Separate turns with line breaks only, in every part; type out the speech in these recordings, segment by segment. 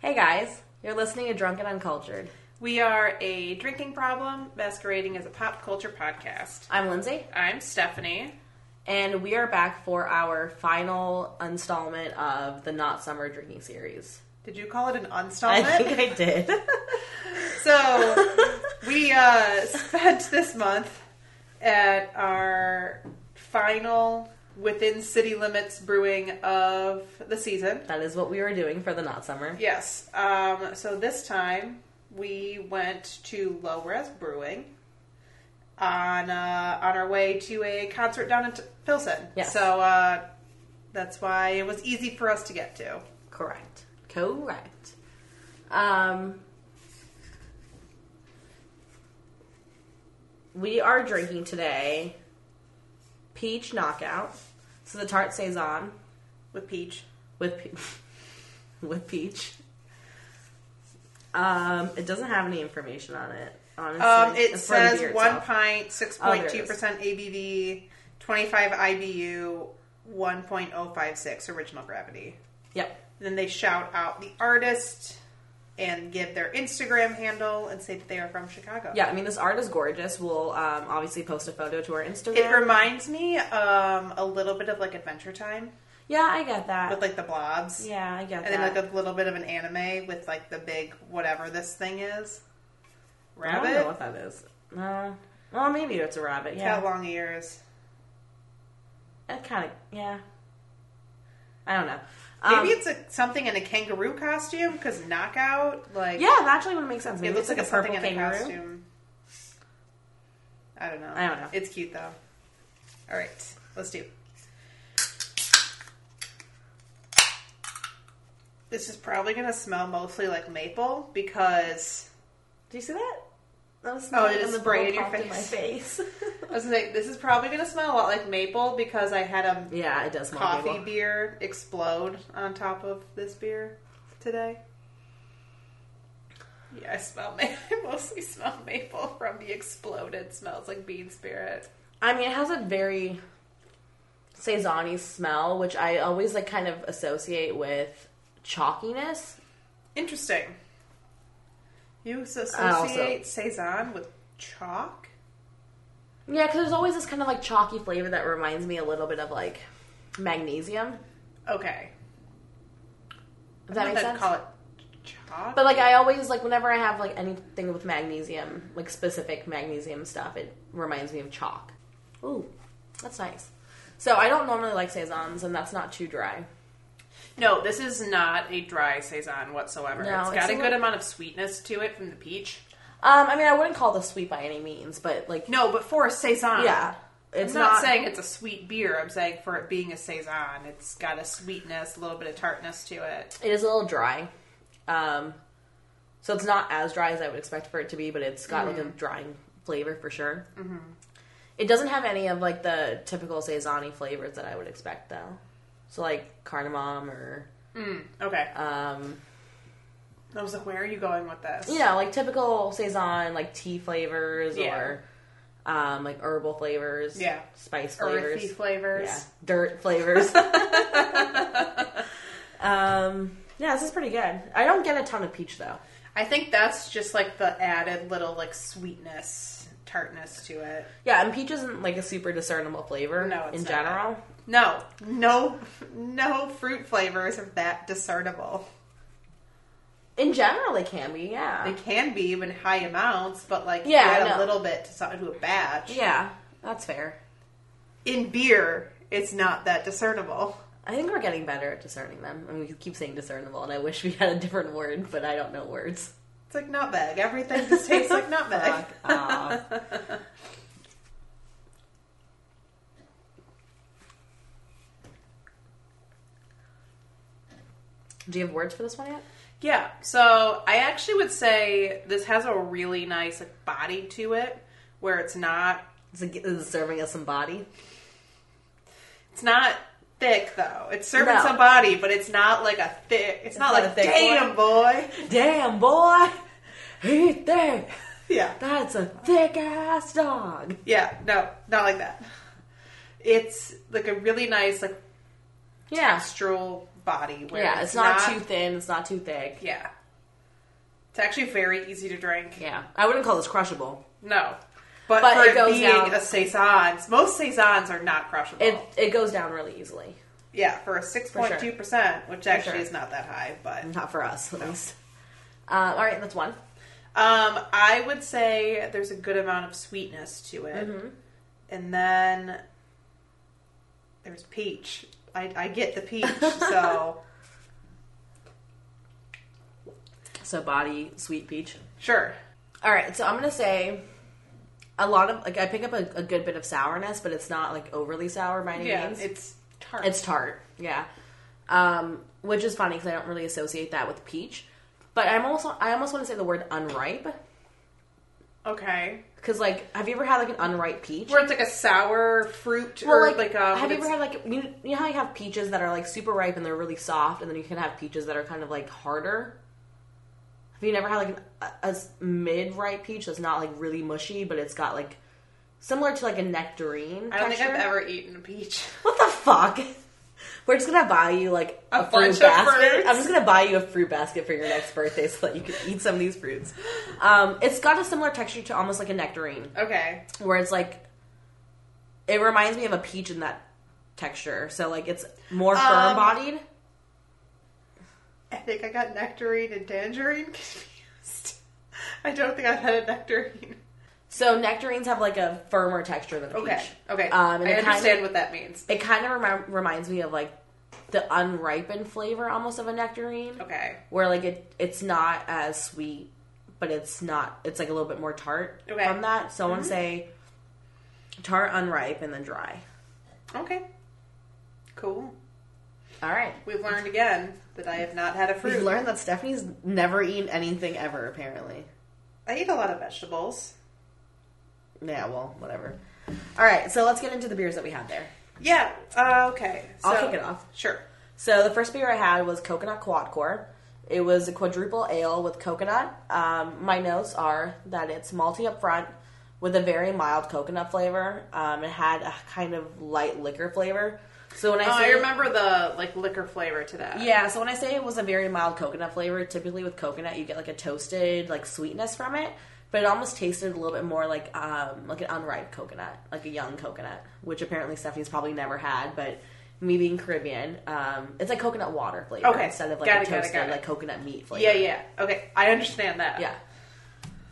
Hey guys, you're listening to Drunk and Uncultured.
We are a drinking problem masquerading as a pop culture podcast.
I'm Lindsay,
I'm Stephanie.
and we are back for our final installment of the Not Summer Drinking Series.
Did you call it an
I
installment?
think I did.
so we uh, spent this month at our final within city limits brewing of the season.
that is what we were doing for the Not Summer.
Yes. Um, so this time we went to Low Res Brewing on uh, on our way to a concert down in T- Pilsen.
Yes.
So uh, that's why it was easy for us to get to.
Correct. Correct. Um, we are drinking today Peach Knockout. So the tart stays on
with peach.
with pe- with peach. Um, it doesn't have any information on it. Honestly,
Um, it
It's for the
says
beer
one
itself.
pint, six
Oh, there
point
it
two percent ABV, twenty five IBU, one point oh five six original gravity.
Yep.
Then they shout out the artist and give their Instagram handle and say that they are from Chicago.
Yeah, I mean this art is gorgeous. We'll um, obviously post a photo to our Instagram.
It reminds me um, a little bit of like Adventure Time
yeah, I get that.
with like the blobs,
yeah, I get
and then
that.
like a little bit of an anime with like the big whatever this thing is,
I don't know
rabbit.
what that is. No. Well, maybe it's a rabbit.
It's got
Oh, Yeah.
long ears.
It kind of. Yeah. I don't know. Um,
Maybe it's a, something in a kangaroo costume because knockout, like
yeah, that actually would make sense. Maybe
it looks
it's
like,
like,
a
a purple
something in a
kangaroo.
costume. I don't know.
I don't know.
It's cute though. All right, let's do. it. This is probably gonna smell mostly like maple because
Do you see that? That was
Oh, it is
and the
sprayed
bubble
in your
popped In my face.
I was gonna say this is probably gonna smell a lot like maple because I had a
Yeah, it does smell
coffee
maple.
beer explode on top of this beer today. Yeah, I smell maple. I mostly smell maple from the exploded. Smells like bean spirit.
I mean, it has a very saison smell, which I always like kind of associate with chalkiness.
Interesting. You
I also-
associate saison with chalk?
Yeah, because there's always this kind of like chalky flavor that reminds me a little bit of like magnesium.
Okay.
Does that
I
make
thought I'd
sense?
Call it chalk.
but like, I always like whenever I have like anything with magnesium, like specific magnesium stuff, it reminds me of chalk. Ooh, that's nice. So I don't normally like saisons, and that's not too dry.
no, this is not a dry saison whatsoever.
No,
it's
it's
got
a
a good
little-
amount of sweetness to it from the peach.
Um, I mean, I wouldn't call this sweet by any means, but like,
No, but for a saison,
yeah,
I'm
it's
not, saying it's a sweet beer. I'm saying for it being a saison, it's got a sweetness, a little bit of tartness to it.
It is a little dry. Um, so it's not as dry as I would expect for it to be, but it's got
Mm-hmm.
like a drying flavor for sure. Mm-hmm. It doesn't have any of like the typical saison flavors that I would expect though. So like cardamom or
Okay,
um,
I was like, where are you going with this?
you know like typical saison like tea flavors
Yeah.
or um, like herbal flavors,
Yeah.
spice flavors,
earthy flavors.
yeah, dirt flavors. um, yeah, this is pretty good. I don't get a ton of peach though.
I think that's just like the added little like sweetness, tartness to it.
Yeah, and peach isn't like a super discernible flavor
No, it's
in
not.
general.
No, no, no fruit flavors are that discernible.
In general, they can be, yeah.
They can be in high amounts, but like
Yeah, I
you add
know.
a little bit to something to a batch.
yeah, that's fair.
In beer, it's not that discernible.
I think we're getting better at discerning them. I mean, we keep saying discernible, and I wish we had a different word, but I don't know words.
It's like nutmeg. Everything just tastes like nutmeg.
Fuck off. Do you have words for this one yet?
Yeah, so I actually would say this has a really nice like body to it, where it's not
Is it, is it serving us some body?
it's not thick though. It's serving
No.
some body, but it's not like a thick. It's, not,
not
like
a thick
damn boy.
Damn, boy! Eat that!
Yeah,
That's a thick ass dog!
yeah, no, not like that. It's like a really nice like
Yeah.
astral body where
Yeah,
it's,
it's not, too thin, it's not too thick.
yeah It's actually very easy to drink.
Yeah, I wouldn't call this crushable.
No. But,
But
for
it
it
goes
being
down.
a saisons, most saisons are not crushable.
It it goes down really easily.
yeah, for a six
For sure.
point two percent, which actually
sure.
is not that high. But um,
Not for us, at least. Um, all right, that's one.
Um, I would say there's a good amount of sweetness to it, and then there's peach. I, I get the peach, so
So body sweet peach.
sure.
All right, so I'm gonna say a lot of like I pick up a, a good bit of sourness, but it's not like overly sour by any
Yeah,
means.
it's tart.
It's tart, yeah. Um, which is funny because I don't really associate that with peach. But I'm also I almost want to say the word unripe
okay.
because like have you ever had like an unripe peach?
Where it's like a sour fruit,
Well,
or
like,
like, um,
have you
it's-
ever had like you, you know how you have peaches that are like super ripe and they're really soft, and then you can have peaches that are kind of like harder. Have you never had like an, a, mid ripe peach that's not like really mushy, but it's got like similar to like a nectarine?
I don't think
texture?
I've ever eaten a peach.
What the fuck? We're just gonna buy you like
A
a, fruit
bunch of
basket.
fruits.
I'm just gonna buy you a fruit basket for your next birthday so that you can eat some of these fruits. Um, it's got a similar texture to almost like a nectarine,
Okay.
where it's like it reminds me of a peach in that texture. So like it's more
Um,
firm bodied.
I think I got nectarine and tangerine confused. I don't think I've had a nectarine.
So nectarines have like a firmer texture than a
Okay.
peach.
Okay.
Um, and
I
it kinda-
understand what that means.
It kind of remi- reminds me of like the unripened flavor almost of a nectarine.
Okay.
where like it it's not as sweet, but it's not it's like a little bit more tart
Okay.
from that. So I want to say tart, unripe, and then dry.
Okay. Cool.
All right.
We've learned again that I have not had a fruit.
We've learned that Stephanie's never eaten anything ever. Apparently.
I eat a lot of vegetables.
Yeah. Well, whatever. All right. So let's get into the beers that we had there.
Yeah. Uh, okay.
I'll
so-
kick it off.
Sure.
So the first beer I had was coconut quad core. It was a quadruple ale with coconut. Um, my notes are that it's malty up front with a very mild coconut flavor. Um, it had a kind of light liquor flavor. So when I
Oh,
say
I remember the like liquor flavor to that.
yeah, so when I say it was a very mild coconut flavor, typically with coconut you get like a toasted like sweetness from it, but it almost tasted a little bit more like um like an unripe coconut, like a young coconut, which apparently Stephanie's probably never had, but me being Caribbean, um, it's like coconut water flavor
Okay,
instead of like
got
a
it, got it,
toasted
got it.
like coconut meat flavor.
Yeah. Yeah. Okay. I understand that.
yeah,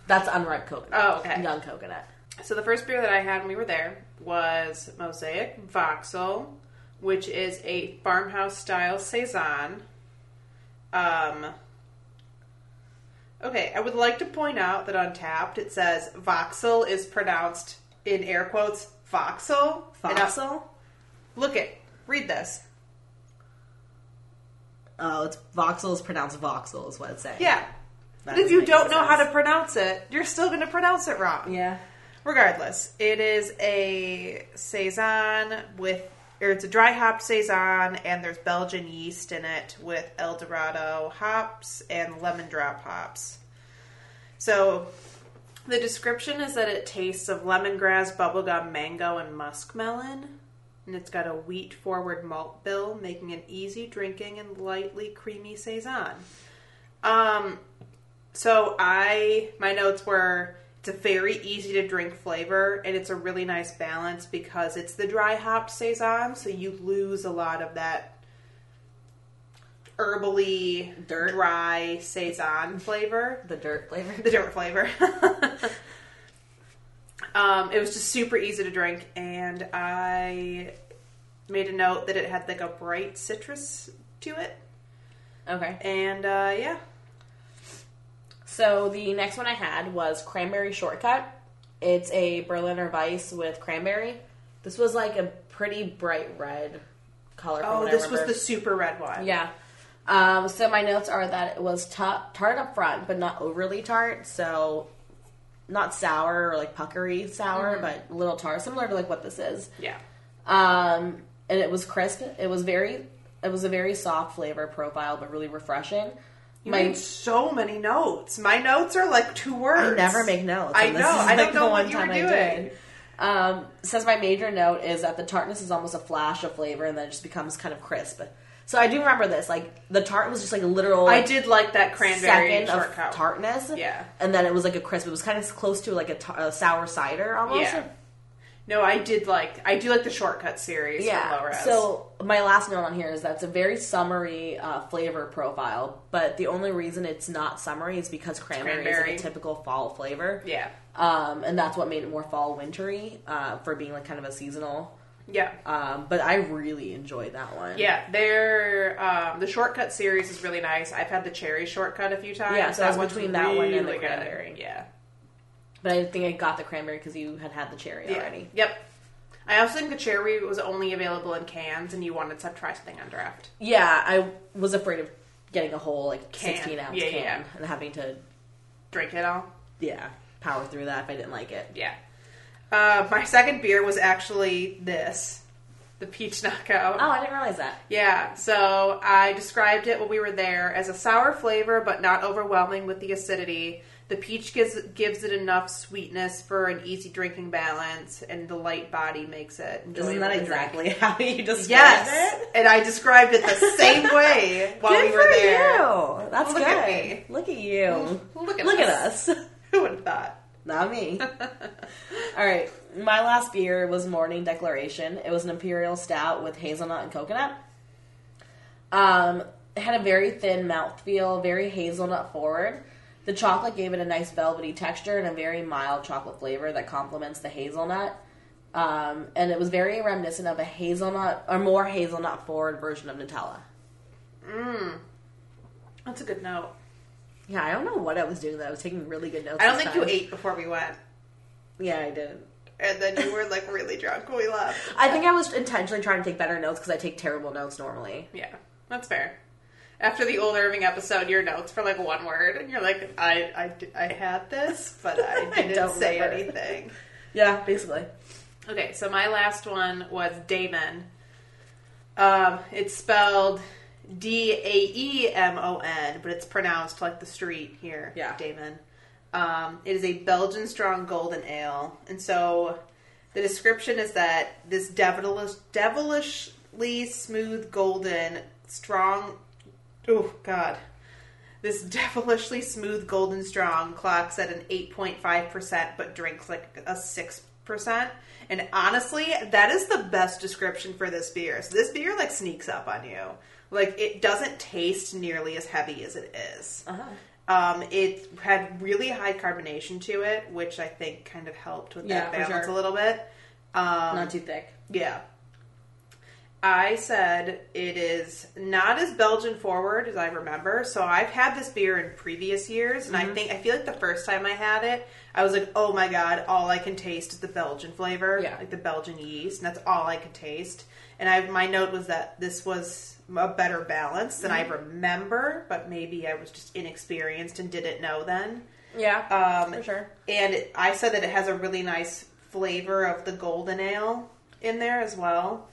that's unripe coconut.
Oh, okay.
young coconut.
So the first beer that I had when we were there was Mosaic Voxel, which is a farmhouse style saison. Um. Okay, I would like to point out that on Tapped it says Voxel is pronounced in air quotes Voxel. And I-
Voxel.
Look it. Read this.
Oh, it's voxel is pronounced voxel is what it's saying.
Yeah.
That
but if
doesn't
you
make
don't
any
know how
sense.
to pronounce it, you're still going to pronounce it wrong.
yeah.
Regardless, it is a saison with, or it's a dry hop saison, and there's Belgian yeast in it with El Dorado hops and lemon drop hops. So, the description is that it tastes of lemongrass, bubblegum, mango, and muskmelon. And it's got a wheat forward malt bill, making an easy drinking and lightly creamy saison. Um, so I my notes were it's a very easy to drink flavor and it's a really nice balance because it's the dry hop saison, so you lose a lot of that herbally
Dirt.
dry saison flavor
The dirt flavor.
the dirt flavor. um, it was just super easy to drink, and I made a note that it had like a bright citrus to it.
Okay.
And uh, yeah,
So the next one I had was Cranberry Shortcut. It's a Berliner Weiss with cranberry. This was like a pretty bright red color. From
oh,
what
this
I
was
remember.
the super red one.
yeah. Um, so my notes are that it was ta- tart up front, but not overly tart. So not sour or like puckery sour,
Mm.
but a little tart, similar to like what this is.
yeah,
Um, and it was crisp. It was very. It was a very soft flavor profile, but really refreshing.
You made so many notes. My notes are like two words.
I never make notes.
I
and this
know.
is,
I don't
like,
know
the
what
one
you were
time I
doing.
did. Um, says my major note is that the tartness is almost a flash of flavor, and then it just becomes kind of crisp. So I do remember this. Like the tart was just like a literal
I did like that cranberry
second of
shortcut.
tartness.
Yeah.
And then it was like a crisp. It was kind of close to like a, tar- a sour cider almost.
Yeah. No, I did like I do like the shortcut series. Yeah. From
Yeah.
Low Res.
So my last note on here is that's a very summery uh, flavor profile, but the only reason it's not summery is because cranberry,
Cranberry.
is like a typical fall flavor,
yeah,
um, and that's what made it more fall wintry uh, for being like kind of a seasonal.
yeah,
Um, but I really enjoyed that one.
yeah. Their um, the shortcut series is really nice. I've had the cherry shortcut a few times.
Yeah, so
that
it's
one's
between that one and the
really good.
cranberry.
Yeah.
But I think I got the cranberry because you had had the cherry
Yeah.
already.
Yep. I also think the cherry was only available in cans, and you wanted to try something on draft.
Yeah, I was afraid of getting a whole like
Can.
sixteen ounce
Yeah, yeah,
can
yeah.
and having to
Drink it all.
yeah power through that if I didn't like it.
Yeah. Uh, my second beer was actually this, the peach knockout.
Oh, I didn't realize that.
Yeah, so I described it when we were there as a sour flavor, but not overwhelming with the acidity. The peach gives gives it enough sweetness for an easy drinking balance, and the light body makes it.
Isn't
enjoyable
that
to drink.
exactly how you described
Yes,
it?
and I described it the same way while we were there.
you. That's
Look
good.
at me.
Look at you.
Look at
Look at
us.
us.
Who would have thought?
Not me. All right. My last beer was Morning Declaration. It was an imperial stout with hazelnut and coconut. Um, it had a very thin mouthfeel, very hazelnut forward. The chocolate gave it a nice velvety texture and a very mild chocolate flavor that complements the hazelnut. Um, and it was very reminiscent of a hazelnut, or more hazelnut forward version of Nutella.
That's a good note.
Yeah, I don't know what I was doing. That I was taking really good notes.
I don't
this
think you
time.
ate before we went,
Yeah, I didn't.
and then you were like really drunk when we left.
I think I was intentionally trying to take better notes because I take terrible notes normally.
Yeah, that's fair. After the old Irving episode, your notes for like one word, and you're like, I, I, d- I had this, but I
I
didn't
don't
say
remember.
anything.
Yeah, basically.
Okay, so my last one was Damon. Um, it's spelled D A E M O N, but it's pronounced like the street here.
Yeah.
Damon. Um, it is a Belgian strong golden ale, and so the description is that this devilish, devilishly smooth golden strong. Oh God. This devilishly smooth golden strong clocks at an 8.5%, but drinks like a 6%. And honestly, that is the best description for this beer. So this beer like sneaks up on you. Like it doesn't taste nearly as heavy as it is.
Uh-huh.
Um, it had really high carbonation to it, which I think kind of helped with
Yeah,
that
for
balance
sure.
a little bit. Um,
Not too thick.
Yeah. I said it is not as Belgian forward as I remember. So I've had this beer in previous years, and I think I feel like the first time I had it, I was like, "Oh my god! All I can taste is the Belgian flavor,
Yeah.
like the Belgian yeast, and that's all I could taste." And I, my note was that this was a better balance than I remember, but maybe I was just inexperienced and didn't know then.
Yeah,
Um,
for sure.
And it, I said that it has a really nice flavor of the golden ale in there as well.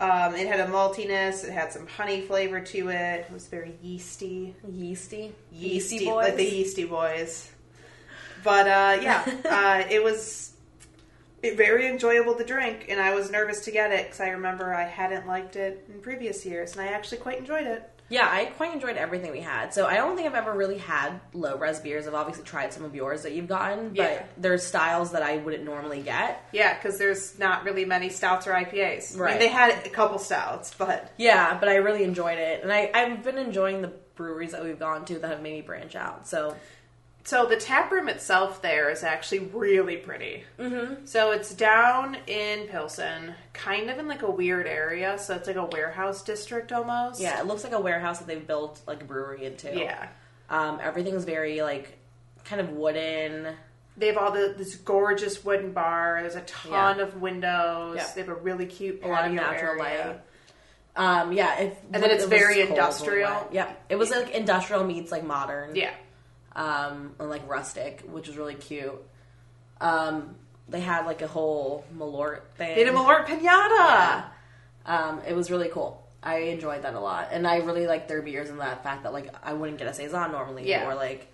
Um, it had a maltiness. It had some honey flavor to it. It was very yeasty,
Yeasty,
yeasty, like the yeasty boys. But uh, yeah, uh, it was it, very enjoyable to drink, and I was nervous to get it because I remember I hadn't liked it in previous years, and I actually quite enjoyed it.
yeah, I quite enjoyed everything we had. So I don't think I've ever really had low res beers. I've obviously tried some of yours that you've gotten, but
Yeah.
there's styles that I wouldn't normally get.
Yeah, because there's not really many stouts or IPAs. I mean,
Right.
they had a couple stouts, but
Yeah, but I really enjoyed it, and I, I've been enjoying the breweries that we've gone to that have made me branch out. So
So the tap room itself there is actually really pretty. Mm-hmm. So it's down in Pilsen, kind of in like a weird area. So it's like a warehouse district almost.
yeah, it looks like a warehouse that they've built like a brewery into.
yeah.
Um, everything's very like kind of wooden.
They have all the, this gorgeous wooden bar. There's a ton of windows.
Yep.
They have a really cute
A
patio
lot of natural
area.
light. Um, yeah, if,
And then it's
it was
very
cold when we
industrial.
went. Yeah, it was like industrial meets like modern.
Yeah.
um, and like rustic, which was really cute. Um, they had like a whole Malort thing.
They did a Malort Pinata.
Um, it was really cool. I enjoyed that a lot, and I really liked their beers and that fact that like I wouldn't get a saison normally,
Yeah.
or like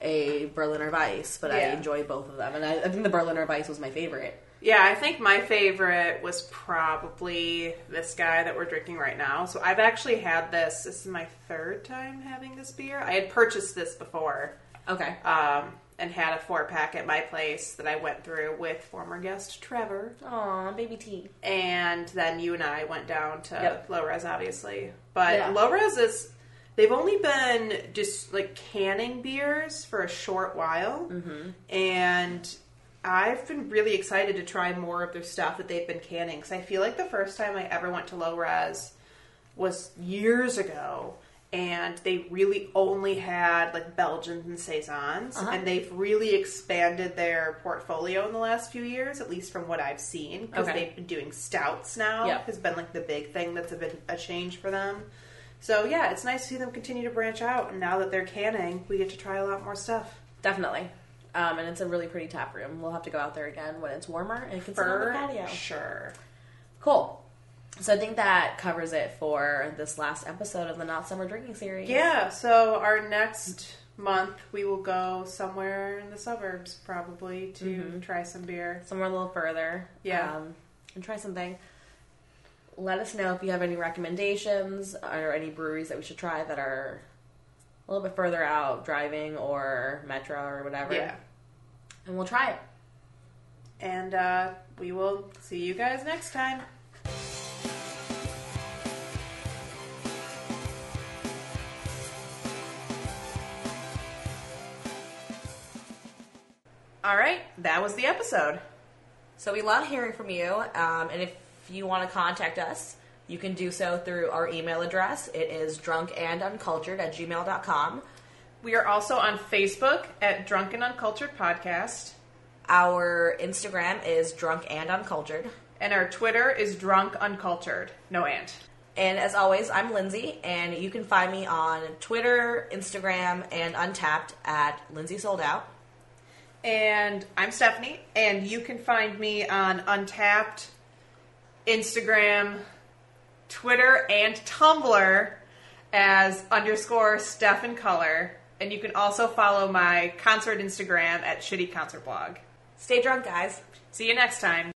a Berliner Weiss, but I
Yeah.
enjoy both of them, and I, I think the Berliner Weiss was my favorite.
Yeah, I think my favorite was probably this guy that we're drinking right now. So I've actually had this. This is my third time having this beer. I had purchased this before
Okay,
um, and had a four pack at my place that I went through with former guest Trevor.
aw, baby tea.
And then you and I went down to
Yep.
low res, obviously. But
Yeah.
low res is. They've only been just like canning beers for a short while. Mm-hmm. And I've been really excited to try more of their stuff that they've been canning because I feel like the first time I ever went to low res was years ago, and they really only had like Belgians and saisons,
Uh-huh.
and they've really expanded their portfolio in the last few years, at least from what I've seen, because
Okay.
they've been doing stouts now.
Yeah.
Has been like the big thing that's been a change for them. So yeah, it's nice to see them continue to branch out, and now that they're canning, we get to try a lot more stuff.
Definitely. Um, and it's a really pretty tap room. We'll have to go out there again when it's warmer and can sit on the patio.
sure.
Cool. So I think that covers it for this last episode of the Not Summer Drinking Series.
Yeah, so our next month we will go somewhere in the suburbs probably to try some beer.
Somewhere a little further.
Yeah.
Um, and try something. Let us know if you have any recommendations or any breweries that we should try that are a little bit further out, driving or metro or whatever.
Yeah.
And we'll try it.
And uh, we will see you guys next time. All right, that was the episode.
So we love hearing from you. Um, and if you want to contact us, you can do so through our email address. It is drunkanduncultured at gmail.com.
We are also on Facebook at Drunken Uncultured Podcast,
Our Instagram is drunk and uncultured.
and our Twitter is Drunk Uncultured. No and.
And as always, I'm Lindsay, and you can find me on Twitter, Instagram, and Untapped at Lindsay Sold Out.
And I'm Stephanie, and you can find me on Untapped, Instagram, Twitter, and Tumblr as underscore Steph in Color. And you can also follow my concert Instagram at Shitty Concert Blog.
Stay drunk, guys.
See you next time.